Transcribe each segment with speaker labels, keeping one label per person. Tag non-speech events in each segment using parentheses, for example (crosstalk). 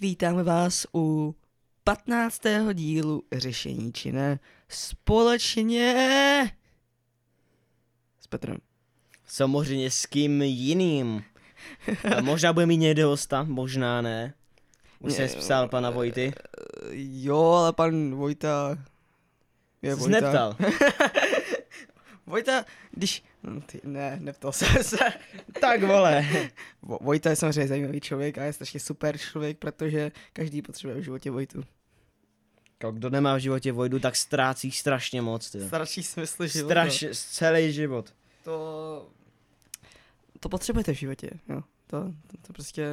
Speaker 1: Vítáme vás u 15. dílu Řešení či ne společně s Petrem.
Speaker 2: Samozřejmě s kým jiným. A možná bude mít někde hosta, možná ne. Už
Speaker 1: Ne,
Speaker 2: jsem psal pana Vojty.
Speaker 1: Eh, Jo, ale pan Vojta je
Speaker 2: Jsi se (laughs) neptal.
Speaker 1: Vojta, když... hm, Ty, ne, neptal jsem se. (laughs)
Speaker 2: tak vole.
Speaker 1: Vo- Vojta je samozřejmě zajímavý člověk a je strašně super člověk, protože každý potřebuje v životě Vojtu.
Speaker 2: Ko, Kdo nemá v životě Vojdu, tak ztrácí strašně moc. Ty.
Speaker 1: Starší smysl života.
Speaker 2: Straš, celý život.
Speaker 1: To... To potřebujete v životě, jo. To, to, to prostě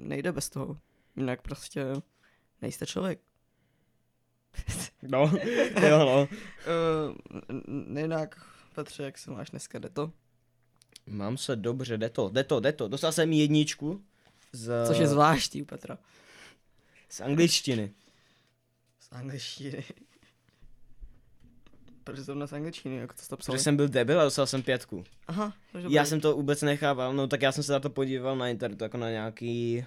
Speaker 1: nejde bez toho. Jinak prostě nejste člověk.
Speaker 2: No, (laughs) jo no.
Speaker 1: Uh, jinak, Petře, jak se máš dneska, jde to?
Speaker 2: Mám se dobře, jde to, jde to, jde to. Dostal jsem jedničku z,
Speaker 1: Což je zvláštní, Petra.
Speaker 2: z angličtiny.
Speaker 1: Z angličtiny. (laughs) Protože zrovna z angličtiny, jako to jste psal.
Speaker 2: Protože jsem byl debil a dostal jsem pětku.
Speaker 1: Aha, takže
Speaker 2: Já jsem to vůbec nechával, no tak já jsem se na to podíval na internetu, jako na nějaký...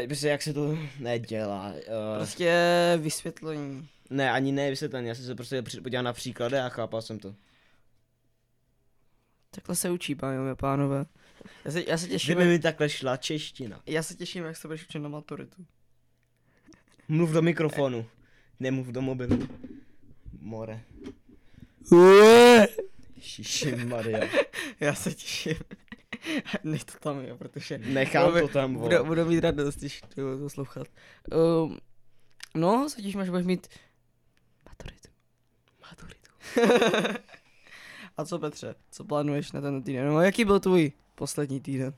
Speaker 2: Uh, prostě jak se to nedělá. Uh,
Speaker 1: Prostě vysvětlení.
Speaker 2: ne, ani ne vysvětlení, já jsem se prostě při- podíval na příklady a chápal jsem to.
Speaker 1: Takhle se učí, pánové, pánové. Já se, já se těším,
Speaker 2: Kdyby mi takhle šla čeština.
Speaker 1: já se těším, jak se budeš učit na maturitu.
Speaker 2: Mluv do mikrofonu. Nemluv do mobilu. More. Šiši Maria.
Speaker 1: Já se těším. (laughs) Nech to tam, jo, protože...
Speaker 2: Nechám
Speaker 1: budu-
Speaker 2: to tam, vole.
Speaker 1: Budu, budu mít radost, když to budu poslouchat. Um, no, se těším, až budeš mít... Maturitu. Maturitu. (laughs) A co, Petře? Co plánuješ na ten týden? No, jaký byl tvůj poslední týden?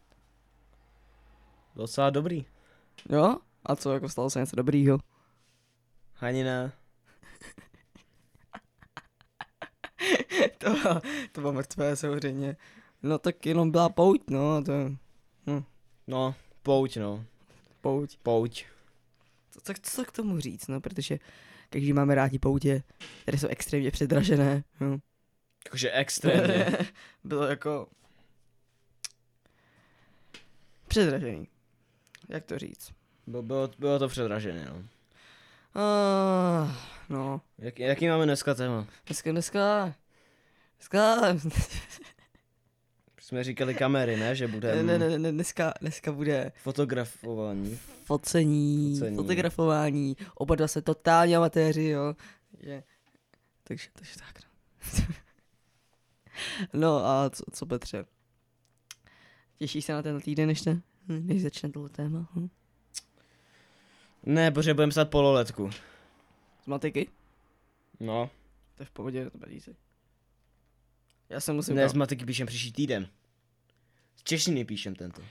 Speaker 2: Docela dobrý.
Speaker 1: Jo? A co, jako stalo se něco dobrýho?
Speaker 2: Ani ne.
Speaker 1: (laughs) to, bylo- to bylo mrtvé, samozřejmě. No tak jenom byla pouť, no, to je
Speaker 2: No, pouť no.
Speaker 1: pouť.
Speaker 2: Pouť.
Speaker 1: co, co, co k tomu říct, no, protože každý máme rádi poutě, které jsou extrémně předražené. No.
Speaker 2: Jakože
Speaker 1: (laughs)
Speaker 2: extrémně.
Speaker 1: Bylo jako... Předražený. Jak to říct?
Speaker 2: Bylo, bylo, bylo to předražené, no.
Speaker 1: Ah, no,
Speaker 2: Jak, jaký máme dneska téma?
Speaker 1: dneska, dneska... Dneska...
Speaker 2: Jsme říkali kamery, ne? Že
Speaker 1: Ne,
Speaker 2: bude
Speaker 1: ne, ne, ne, dneska, dneska bude
Speaker 2: fotografování.
Speaker 1: focení,
Speaker 2: Focení.
Speaker 1: fotografování, oba dva se totálně amatéři, jo. Je. Takže, takže tak. No. (laughs) no a co, co Petře? Těšíš se na ten týden, než, ne, než začne tohle téma? Hm?
Speaker 2: Ne, protože budeme stát pololetku.
Speaker 1: Z matiky?
Speaker 2: No,
Speaker 1: To je v pohodě, to bude easy. Já se musím
Speaker 2: ne,
Speaker 1: ne,
Speaker 2: z matiky píšem příští týden. Z češtiny píšem tento.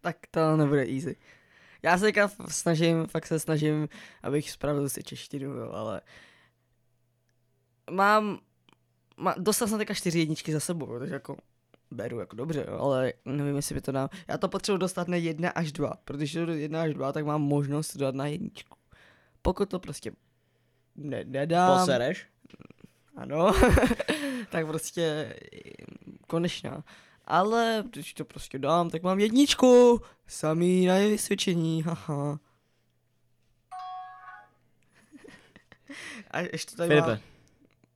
Speaker 1: Tak to nebude easy. Já se teďka f- snažím, fakt se snažím, abych spravil si češtinu, jo, ale mám, má, dostal jsem teďka čtyři jedničky za sebou, takže jako beru jako dobře, jo, ale nevím, jestli by to dám. Já to potřebuji dostat na jedna až dva, protože do jedna až dva, tak mám možnost dát na jedničku. Pokud to prostě ne, nedám,
Speaker 2: Posereš?
Speaker 1: ano, (laughs) tak prostě konečná. Ale když to prostě dám, tak mám jedničku. Samý na vysvědčení, haha. A ještě tady má...
Speaker 2: Filipe,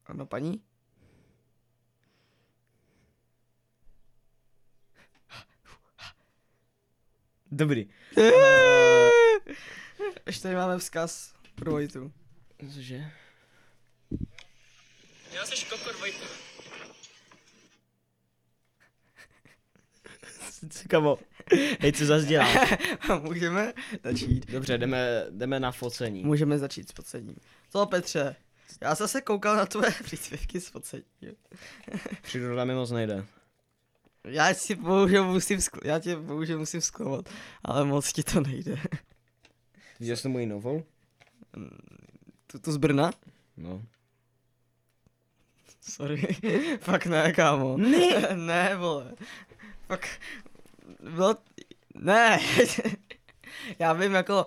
Speaker 1: Ano, paní?
Speaker 2: dobrý.
Speaker 1: (laughs) Ještě tady máme vzkaz pro Vojtu. (laughs)
Speaker 2: Cože?
Speaker 3: Já jsi kokor Vojta.
Speaker 2: (laughs) Kamo, hej, co zase dělám?
Speaker 1: Můžeme začít.
Speaker 2: Dobře, jdeme, jdeme na focení.
Speaker 1: Můžeme začít s focením. Co, Petře? Já jsem se koukal na tvoje příspěvky s focením.
Speaker 2: Příroda mi moc nejde.
Speaker 1: Já si bohužel musím, skl- já tě bohužel musím zklamat, ale moc ti to nejde. (laughs)
Speaker 2: Viděl jsi moji novou?
Speaker 1: Tu, tu z Brna?
Speaker 2: No.
Speaker 1: Sorry. (laughs) Fakt ne, kámo. Ne. (laughs) ne, vole. Fakt. Bylo... Ne. (laughs) já vím, jako...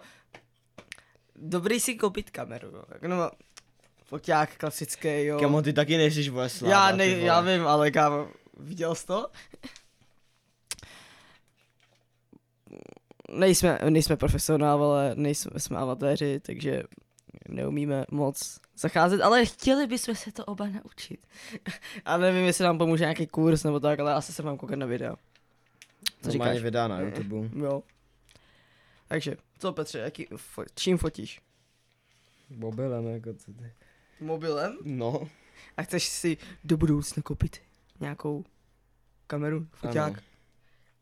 Speaker 1: Dobrý si koupit kameru, jo. Jako, No, foťák klasický, jo.
Speaker 2: Kamo, ty taky nejsi vole sláva,
Speaker 1: já,
Speaker 2: ty
Speaker 1: ne,
Speaker 2: vole.
Speaker 1: já vím, ale kámo, viděl jsi to? nejsme, nejsme profesionálové, nejsme jsme amatéři, takže neumíme moc zacházet, ale chtěli bychom se to oba naučit. A nevím, jestli nám pomůže nějaký kurz nebo tak, ale asi se mám koukat na videa. Co
Speaker 2: Normálně
Speaker 1: říkáš?
Speaker 2: videa na YouTube.
Speaker 1: Jo. Takže, co Petře, jaký, fo, čím fotíš?
Speaker 2: Mobilem jako co ty.
Speaker 1: Mobilem?
Speaker 2: No.
Speaker 1: A chceš si do budoucna koupit nějakou kameru, foťák?
Speaker 2: Ano.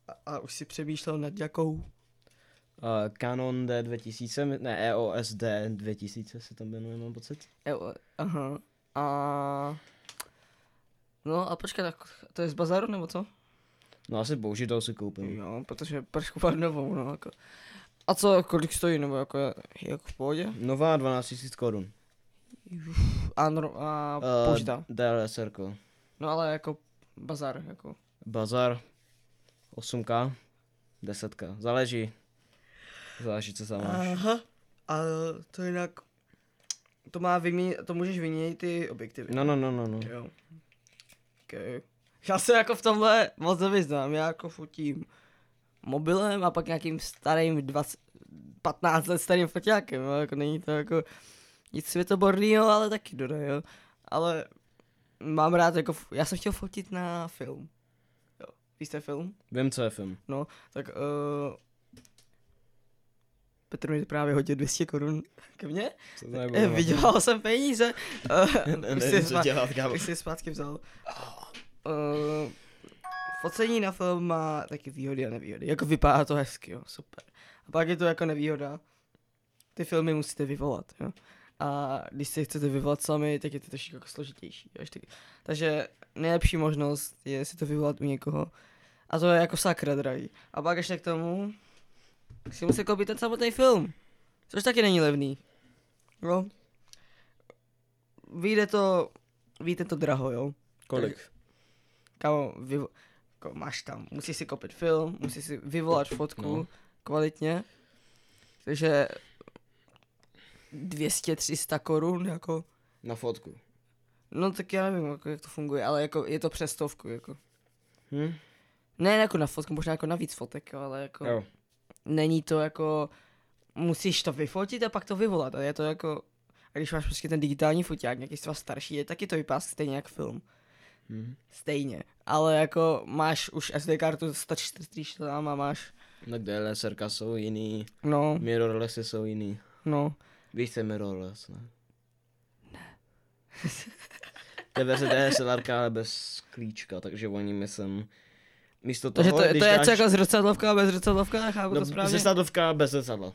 Speaker 1: A, a už si přemýšlel nad jakou?
Speaker 2: Uh, Canon D2000, ne E EOS D2000 se tam jmenuje, mám pocit.
Speaker 1: Jo, aha. A... No a počkej, tak to je z bazaru nebo co?
Speaker 2: No asi bohužel toho si koupím.
Speaker 1: Jo, protože pršku pár novou, no jako. A co, kolik stojí, nebo jako, jak v pohodě?
Speaker 2: Nová 12 000 korun.
Speaker 1: A, nor- a
Speaker 2: Eh,
Speaker 1: použitá.
Speaker 2: DLSR. ko.
Speaker 1: No ale jako bazar, jako.
Speaker 2: Bazar 8K, 10K, záleží. Záleží, co tam máš.
Speaker 1: Aha, a to jinak, to má vyměnit, to můžeš vyměnit ty objektivy.
Speaker 2: No, no, no, no, no.
Speaker 1: Jo. Okay. Já se jako v tomhle moc nevyznám, já jako fotím mobilem a pak nějakým starým 20, 15 let starým foťákem, jo, jako není to jako nic světoborného, ale taky dobré, jo. Ale mám rád jako, f- já jsem chtěl fotit na film. Jo. Víš ten film? No,
Speaker 2: Vím, co je film.
Speaker 1: Tak uh, Petr mi právě hodil 200 korun ke mně.
Speaker 2: Co to nebude?
Speaker 1: Eh, Vydělal jsem peníze. Eh, už si
Speaker 2: Nevím, co
Speaker 1: sma-
Speaker 2: dělat,
Speaker 1: (laughs)
Speaker 2: kámo.
Speaker 1: Abych si je zpátky vzal. Uh, focení na film má taky výhody a nevýhody. Jako vypadá to hezky, jo, super. A pak je to jako nevýhoda. Ty filmy musíte vyvolat, jo. A když si je chcete vyvolat sami, tak je to trošku jako složitější. Jo. až taky. Takže nejlepší možnost je si to vyvolat u někoho. A to je jako sakra drahý. A pak ještě k tomu, si musíte koupit ten samotný film. Což taky není levný. No. Vyjde to víte to draho, jo?
Speaker 2: Kolik?
Speaker 1: Kámo, vyvo- jako máš tam, musíš si koupit film, musíš si vyvolat fotku
Speaker 2: No.
Speaker 1: no. kvalitně, takže 200-300 korun, jako,
Speaker 2: Na fotku.
Speaker 1: no tak já nevím, jako, jak to funguje, ale jako je to přes stovku, jako.
Speaker 2: Hm?
Speaker 1: Ne jako na fotku, možná jako na víc fotek, jo, ale jako
Speaker 2: Jo.
Speaker 1: není to jako, musíš to vyfotit a pak to vyvolat a je to jako, a když máš prostě ten digitální foťák, nějaký třeba starší, je taky to vypadá stejně jak film. Mhm.
Speaker 2: Hm.
Speaker 1: Stejně. Ale jako máš už SD kartu 143 tam a máš,
Speaker 2: Tak DLSR ka jsou jiný,
Speaker 1: no,
Speaker 2: mirrorlessy jsou jiný.
Speaker 1: no.
Speaker 2: Víš, co je mirrorless, ne? Ne. (laughs) Tebe se DSLR, ale bez klíčka, takže oni myslím... Místo
Speaker 1: Takže
Speaker 2: toho,
Speaker 1: to, je-
Speaker 2: No, když
Speaker 1: to je
Speaker 2: dáš...
Speaker 1: co jako zrcadlovka a bez zrcadlovka, chápu
Speaker 2: No,
Speaker 1: to správně?
Speaker 2: zrcadlovka bez zrcadla.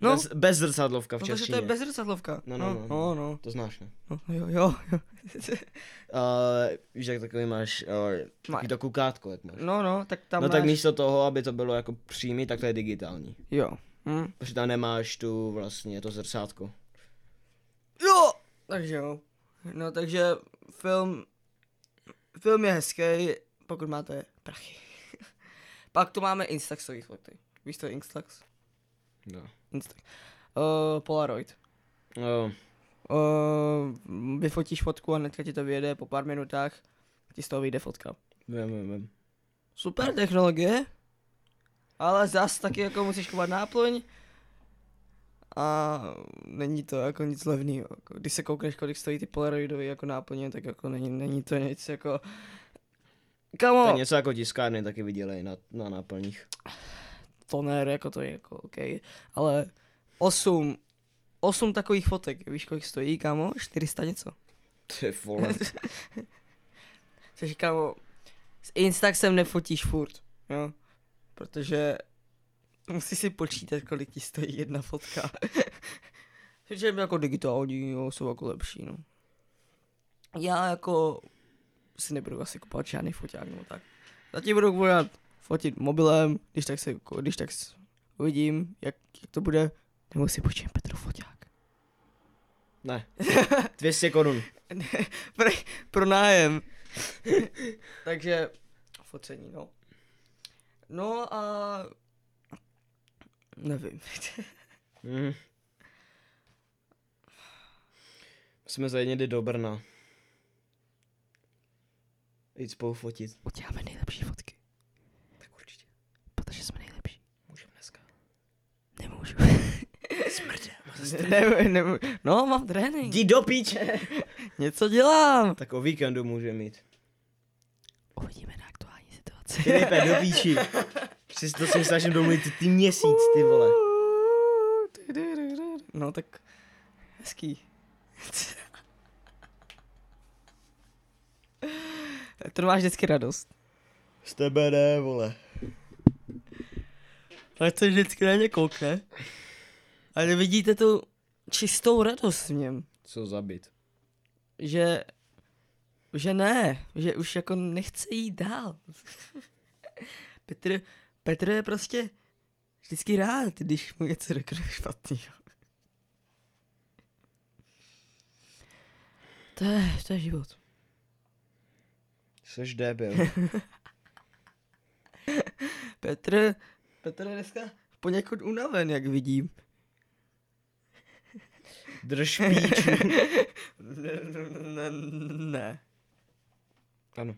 Speaker 1: No.
Speaker 2: Bez, bez zrcadlovka v
Speaker 1: Protože
Speaker 2: češtině.
Speaker 1: to je bez zrcadlovka.
Speaker 2: No, no, no,
Speaker 1: no, no,
Speaker 2: To znáš, ne?
Speaker 1: no, no, jo, jo. jo.
Speaker 2: (laughs) Uh, víš, jak takový máš, uh,
Speaker 1: Má-
Speaker 2: takový to kukátko, jak máš.
Speaker 1: No, no, tak tam
Speaker 2: no
Speaker 1: máš...
Speaker 2: tak místo toho, aby to bylo jako přímý, tak to je digitální.
Speaker 1: Jo. Hm.
Speaker 2: Protože tam nemáš tu vlastně to zrcátko.
Speaker 1: Jo! Takže jo. No, takže film... Film je hezký, pokud máte prachy. (laughs) Pak tu máme Instaxový foty. Víš, to je Instax?
Speaker 2: No.
Speaker 1: Instax. Uh, Polaroid.
Speaker 2: Uh,
Speaker 1: Uh, vyfotíš fotku a hnedka ti to vyjede po pár minutách, ti z toho vyjde fotka.
Speaker 2: vím, vím, vím.
Speaker 1: Super technologie, ale zas taky jako musíš chovat náplň a není to jako nic levného. Jako, když se koukneš, kolik stojí ty Polaroidovy jako náplně, tak jako není, není to nic jako...
Speaker 2: To je
Speaker 1: Kamo,
Speaker 2: něco jako tiskárny taky viděli na, na náplních.
Speaker 1: toner, jako to je jako OK, ale 8, 8 takových fotek, víš kolik stojí, kamo? 400 něco.
Speaker 2: Ty (laughs) vole.
Speaker 1: Což kámo, s Instaxem nefotíš furt, jo. Protože musíš si počítat, kolik ti stojí jedna fotka. (laughs) Takže jako digitální, jo, jsou jako lepší, no. Já jako si nebudu asi kupovat žádný foťák nebo tak. Zatím budu kupovat fotit mobilem, když tak se, když tak s- uvidím, jak, jak to bude. Nebo si počím Petru foťák.
Speaker 2: Ne. 200 korun.
Speaker 1: (laughs) pro, pro nájem. (laughs) Takže focení, no. No a... Nevím.
Speaker 2: Mhm. Jsme zajedněli do Brna. Jít spolu fotit.
Speaker 1: Uděláme nejlepší fotky,
Speaker 2: Tak určitě.
Speaker 1: protože jsme nejlepší.
Speaker 2: Můžeme dneska.
Speaker 1: (laughs) ne, ne, no, mám trénink.
Speaker 2: Jdi do píče.
Speaker 1: Něco dělám.
Speaker 2: Tak o víkendu může mít.
Speaker 1: Uvidíme na aktuální situaci.
Speaker 2: Filipe, do píči. Přes to se snažím domluvit ty měsíc, ty vole.
Speaker 1: No tak, hezký. (laughs) to máš vždycky radost.
Speaker 2: Z tebe ne, vole.
Speaker 1: Ale to vždycky na ně koukne. Ale vidíte tu čistou radost v něm.
Speaker 2: Co zabít?
Speaker 1: Že, že ne, že už jako nechce jít dál. (laughs) Petr, Petr je prostě vždycky rád, když mu něco řekne špatného. To je, to je život.
Speaker 2: Jseš (laughs) debil.
Speaker 1: Petr, Petr je dneska poněkud unaven, jak vidím.
Speaker 2: Drž píču.
Speaker 1: Ne, ne, ne.
Speaker 2: Ano.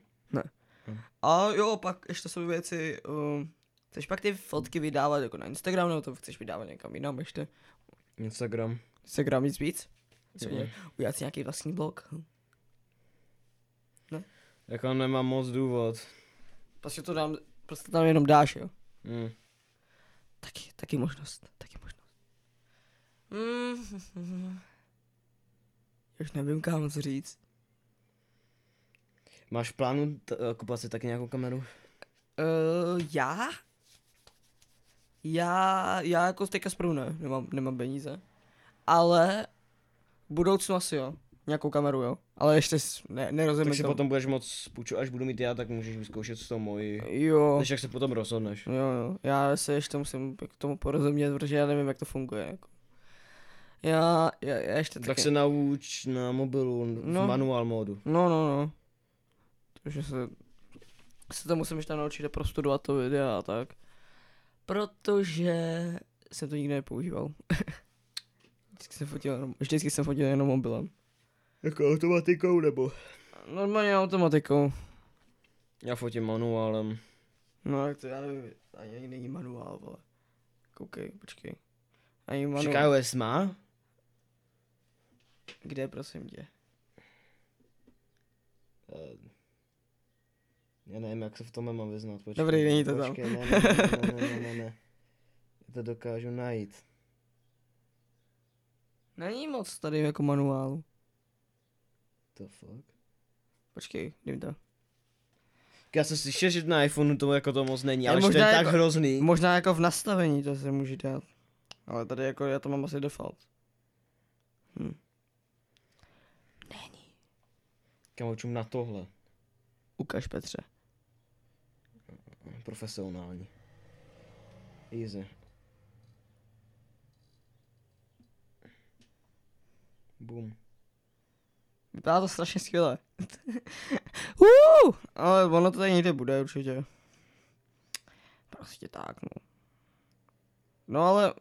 Speaker 1: A jo, pak ještě jsou věci, um, chceš pak ty fotky vydávat jako na Instagram, nebo to chceš vydávat někam jinam ještě?
Speaker 2: Instagram.
Speaker 1: Instagram nic víc? Co
Speaker 2: Mm.
Speaker 1: je? Udělat si nějaký vlastní blog? Hm.
Speaker 2: Jako nemám moc důvod.
Speaker 1: Prostě to dám, prostě tam jenom dáš, jo?
Speaker 2: Mm.
Speaker 1: Taky, taky možnost, taky možnost.
Speaker 2: Mm-hmm.
Speaker 1: Mm. Už nevím, kámo, co říct.
Speaker 2: Máš v plánu t- kupovat si taky nějakou kameru?
Speaker 1: Uh, já? Já, já jako teďka zprvu ne, nemám, nemám peníze. Ale v budoucnu asi jo, nějakou kameru jo. Ale ještě s- ne, nerozumím
Speaker 2: Tak si potom budeš moc půjču, až budu mít já, tak můžeš vyzkoušet s tou mojí.
Speaker 1: Jo,
Speaker 2: Než jak se potom rozhodneš.
Speaker 1: jo, jo, já se ještě musím k tomu porozumět, protože já nevím, jak to funguje. Jako. Já, já, já ještě
Speaker 2: Tak
Speaker 1: taky...
Speaker 2: se nauč na mobilu,
Speaker 1: No.
Speaker 2: no. v manuál módu.
Speaker 1: No, no, no. Takže se, se to musím ještě naučit a prostudovat to videa a tak. Protože jsem to nikdy nepoužíval. (laughs) vždycky, jsem fotil jenom, vždycky jsem fotil jenom mobilem.
Speaker 2: Jako automatikou nebo?
Speaker 1: Normálně automatikou.
Speaker 2: Já fotím manuálem.
Speaker 1: No, jak to já nevím, ani, ani není manuál, vole. Koukej, počkej. Ani manuál.
Speaker 2: Čeká US má?
Speaker 1: Kde, prosím tě?
Speaker 2: Eh, Já nevím, jak se v tom mám vyznat. Počkej,
Speaker 1: Dobrý, není to tam.
Speaker 2: počkej, Ne, ne, ne, ne, ne, ne, ne. Já to dokážu najít.
Speaker 1: Není moc tady jako manuálu.
Speaker 2: To fuck.
Speaker 1: Počkej, jde mi to.
Speaker 2: Já jsem slyšel, že na iPhoneu to jako to moc není,
Speaker 1: Je
Speaker 2: ale že to je
Speaker 1: možná
Speaker 2: tak
Speaker 1: jako-
Speaker 2: hrozný.
Speaker 1: Možná jako v nastavení to se může dát. Ale tady jako já to mám asi default. Hm. Není.
Speaker 2: Kámo, čum na tohle.
Speaker 1: Ukaž Petře.
Speaker 2: Profesionální. Easy. Boom.
Speaker 1: Vypadá to strašně skvěle. (laughs) uh, ale ono to tady někde bude určitě. Prostě tak, no. No ale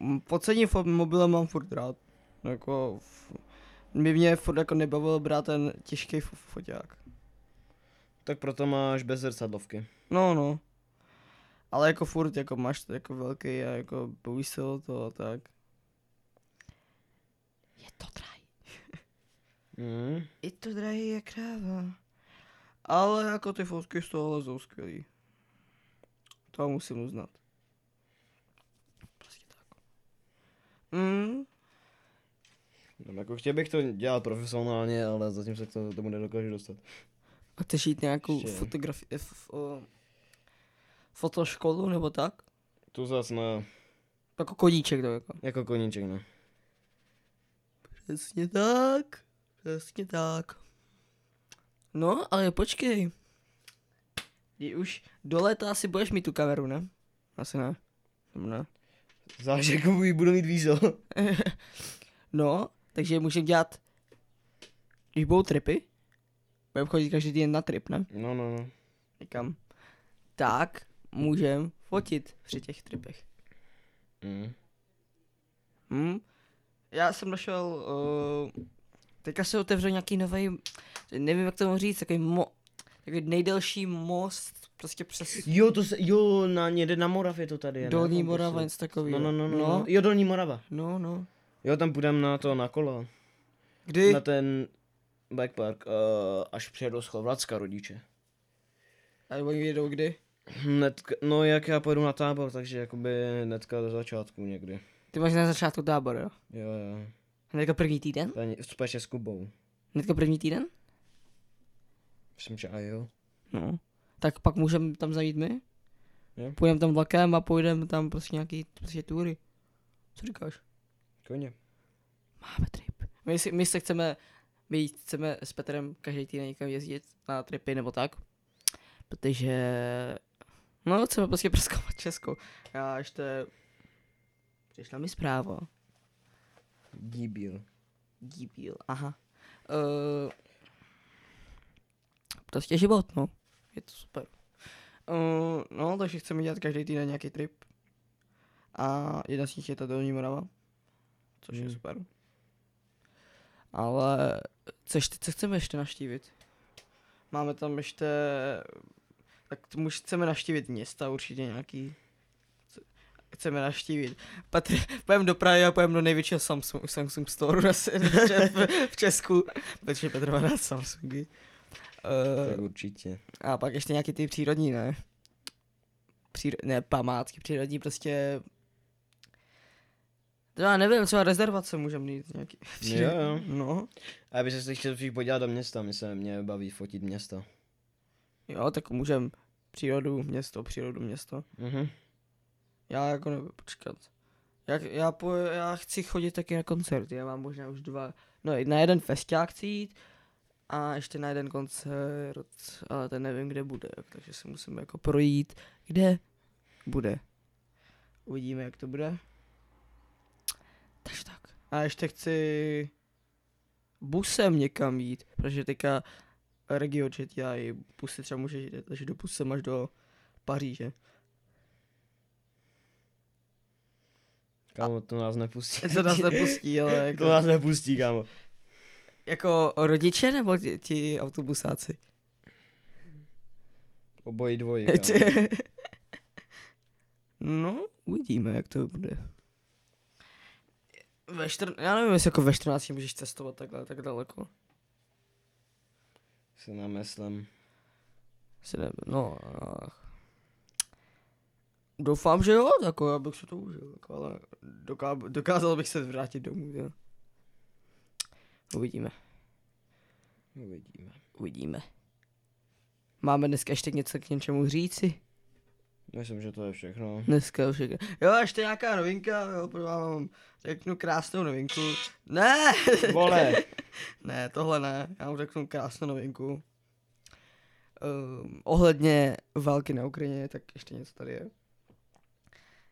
Speaker 1: m, podcení fo- mobilem mám furt rád. No Jako, f- by mě furt jako nebavil brát ten těžký fo- foťák.
Speaker 2: Tak proto máš bez zrcadlovky.
Speaker 1: No, no. Ale jako furt, jako máš to jako velký a jako bojíš se o to a tak. Je to drahý.
Speaker 2: Mm.
Speaker 1: Je to drahý jak kráva. Ale jako ty fotky z tohohle jsou skvělý. To musím uznat. Prostě tak. Mm,
Speaker 2: No, jako chtěl bych to dělat profesionálně, ale zatím se k to- tomu nedokážu dostat.
Speaker 1: a chceš jít nějakou
Speaker 2: Ještě.
Speaker 1: fotografi- eh, f- o, fotoškolu nebo tak?
Speaker 2: Tu zas na,
Speaker 1: Jako koníček to jako.
Speaker 2: jako koníček, no.
Speaker 1: Přesně tak. Přesně tak. No, ale počkej. Ty už do léta asi budeš mít tu kameru, ne? Asi ne. Nebo ne.
Speaker 2: Záleží, jakou ji budu mít vízo.
Speaker 1: No, takže můžeme dělat, když budou tripy, budeme chodit každý týden na trip, ne?
Speaker 2: No, no, no.
Speaker 1: Někam. Tak můžeme fotit při těch tripech.
Speaker 2: Mm.
Speaker 1: Hm? Já jsem našel, uh, teďka se otevřel nějaký nový, nevím jak to mám říct, takový, mo, takový nejdelší most prostě přes
Speaker 2: Jo, to se, jo, na, někde na Moravě to tady je. ne?
Speaker 1: Dolní
Speaker 2: Tam to
Speaker 1: Morava,
Speaker 2: jsou-
Speaker 1: něco takového.
Speaker 2: No, no, no, no,
Speaker 1: no.
Speaker 2: no. Jo, Dolní Morava.
Speaker 1: No, no.
Speaker 2: Jo, tam půjdeme na to, na kolo.
Speaker 1: Kdy?
Speaker 2: Na ten bike park, uh, až přijedou z Chorvatska rodiče.
Speaker 1: A oni vědou kdy?
Speaker 2: Hnedka, no jak já pojedu na tábor, takže jakoby hnedka do začátku někdy.
Speaker 1: Ty máš na začátku tábor, jo?
Speaker 2: Jo, jo.
Speaker 1: Hnedka první týden?
Speaker 2: Tady spíše s Kubou.
Speaker 1: Hnedka první týden?
Speaker 2: Myslím, že a jo.
Speaker 1: No. Tak pak můžeme tam zajít my?
Speaker 2: Jo.
Speaker 1: Půjdeme tam vlakem a půjdeme tam prostě nějaký prostě tury. Co říkáš?
Speaker 2: Koně.
Speaker 1: Máme trip. My, si, my se chceme, my chceme s Petrem každý týden někam jezdit na tripy nebo tak. Protože, no chceme prostě prskovat Česko. Já ještě, přišla mi zpráva.
Speaker 2: Díbil.
Speaker 1: Díbíl, aha. Uh, prostě život, no. Je to super. Uh, no, takže chceme dělat každý týden nějaký trip. A jedna z nich je ta Dolní Morava. Což je
Speaker 2: Mm.
Speaker 1: super. Ale co, ještě, co chceme ještě naštívit? Máme tam ještě... Tak tomu chceme naštívit města určitě nějaký. Co- Chceme naštívit. Patr, pojem do Prahy a pojem do největšího Samsung, Samsung Store (laughs) na se- v Če- v Česku. Protože Petr má rád Samsungy.
Speaker 2: Tak
Speaker 1: Uh,
Speaker 2: (laughs) určitě.
Speaker 1: a pak ještě nějaký ty přírodní, ne? Příro... Ne, památky přírodní, prostě... To já nevím, třeba rezervace můžeme mít nějaký.
Speaker 2: Jo, jo.
Speaker 1: No,
Speaker 2: A já bych se chtěl spíš podívat do města, mě se mě baví fotit město.
Speaker 1: jo, tak můžem přírodu, město, přírodu, město.
Speaker 2: Mhm.
Speaker 1: Já jako nevím, počkat. Jak, já, po, já chci chodit taky na koncerty, já mám možná už dva, no na jeden festiák chci jít a ještě na jeden koncert, ale ten nevím, kde bude, jo, takže si musím jako projít, kde bude. Uvidíme, jak to bude. Takže tak. A ještě chci busem někam jít, protože teďka RegioJet já i busy třeba můžeš jít, takže do busem až do Paříže. (laughs)
Speaker 2: Kámo, to nás nepustí.
Speaker 1: To
Speaker 2: (laughs)
Speaker 1: nás nepustí, ale jako...
Speaker 2: to nás nepustí, kámo.
Speaker 1: Jako rodiče nebo ti, ti autobusáci?
Speaker 2: Obojí (laughs)
Speaker 1: (laughs)
Speaker 2: dvojí, kámo.
Speaker 1: no, uvidíme, jak to bude. Ve čtr... Já nevím, jestli jako ve 14 můžeš cestovat takhle, tak daleko.
Speaker 2: Se namyslem.
Speaker 1: Si ne... No, ach. Doufám, že jo, jako já bych se to užil, jako, ale doká... dokázal bych se vrátit domů, jo. Uvidíme,
Speaker 2: Uvidíme.
Speaker 1: uvidíme. Máme dneska ještě něco k něčemu říci?
Speaker 2: Myslím, že to je všechno.
Speaker 1: Dneska už je... Jo, ještě nějaká novinka, jo, pro vám mám- řeknu krásnou novinku. Ne!
Speaker 2: Vole!
Speaker 1: ne, tohle ne, já vám řeknu krásnou novinku. Um, ohledně války na Ukrajině, tak ještě něco tady je.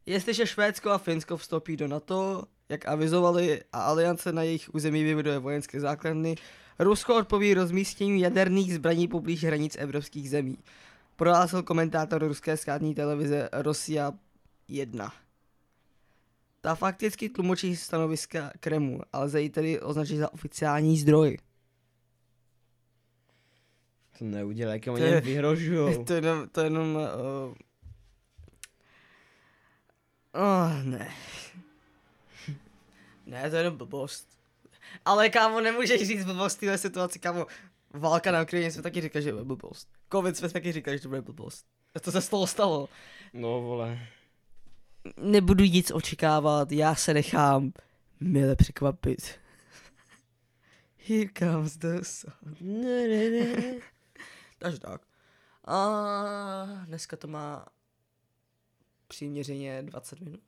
Speaker 1: Jestliže Švédsko a Finsko vstoupí do NATO, jak avizovali, a aliance na jejich území vybuduje vojenské základny, Rusko odpoví rozmístění jaderných zbraní poblíž hranic evropských zemí. Prohlásil komentátor ruské státní televize Rosia 1. Ta fakticky tlumočí stanoviska Kremlu, ale lze ji tedy označit za oficiální zdroj.
Speaker 2: To neudělej, jak oni
Speaker 1: To je-
Speaker 2: jen vyhrožujou.
Speaker 1: To jenom, to jenom... Uh... Oh, ne. Ne, to je jenom blbost. Ale kámo, nemůžeš říct blbost v téhle situaci, kámo. Válka na Ukrajině jsme taky říkali, že bude blbost. Covid jsme taky říkali, že to bude blbost. A to se z toho stalo.
Speaker 2: No vole.
Speaker 1: Nebudu nic očekávat, já se nechám mile překvapit. (laughs) Here comes the sun.
Speaker 2: Ne, ne, ne.
Speaker 1: (laughs) Takže tak. A dneska to má přiměřeně 20 minut.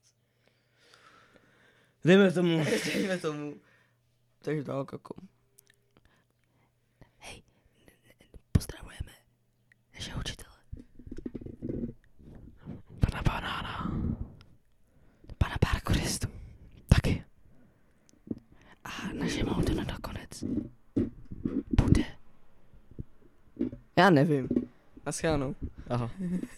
Speaker 2: Dejme tomu.
Speaker 1: Prostě Dejme tomu. Takže tak jako. Hej, pozdravujeme naše učitele. Pana Banána. Pana parkouristu. Taky. A naše mouto na nakonec bude. Já nevím. Na schánu.
Speaker 2: Aha.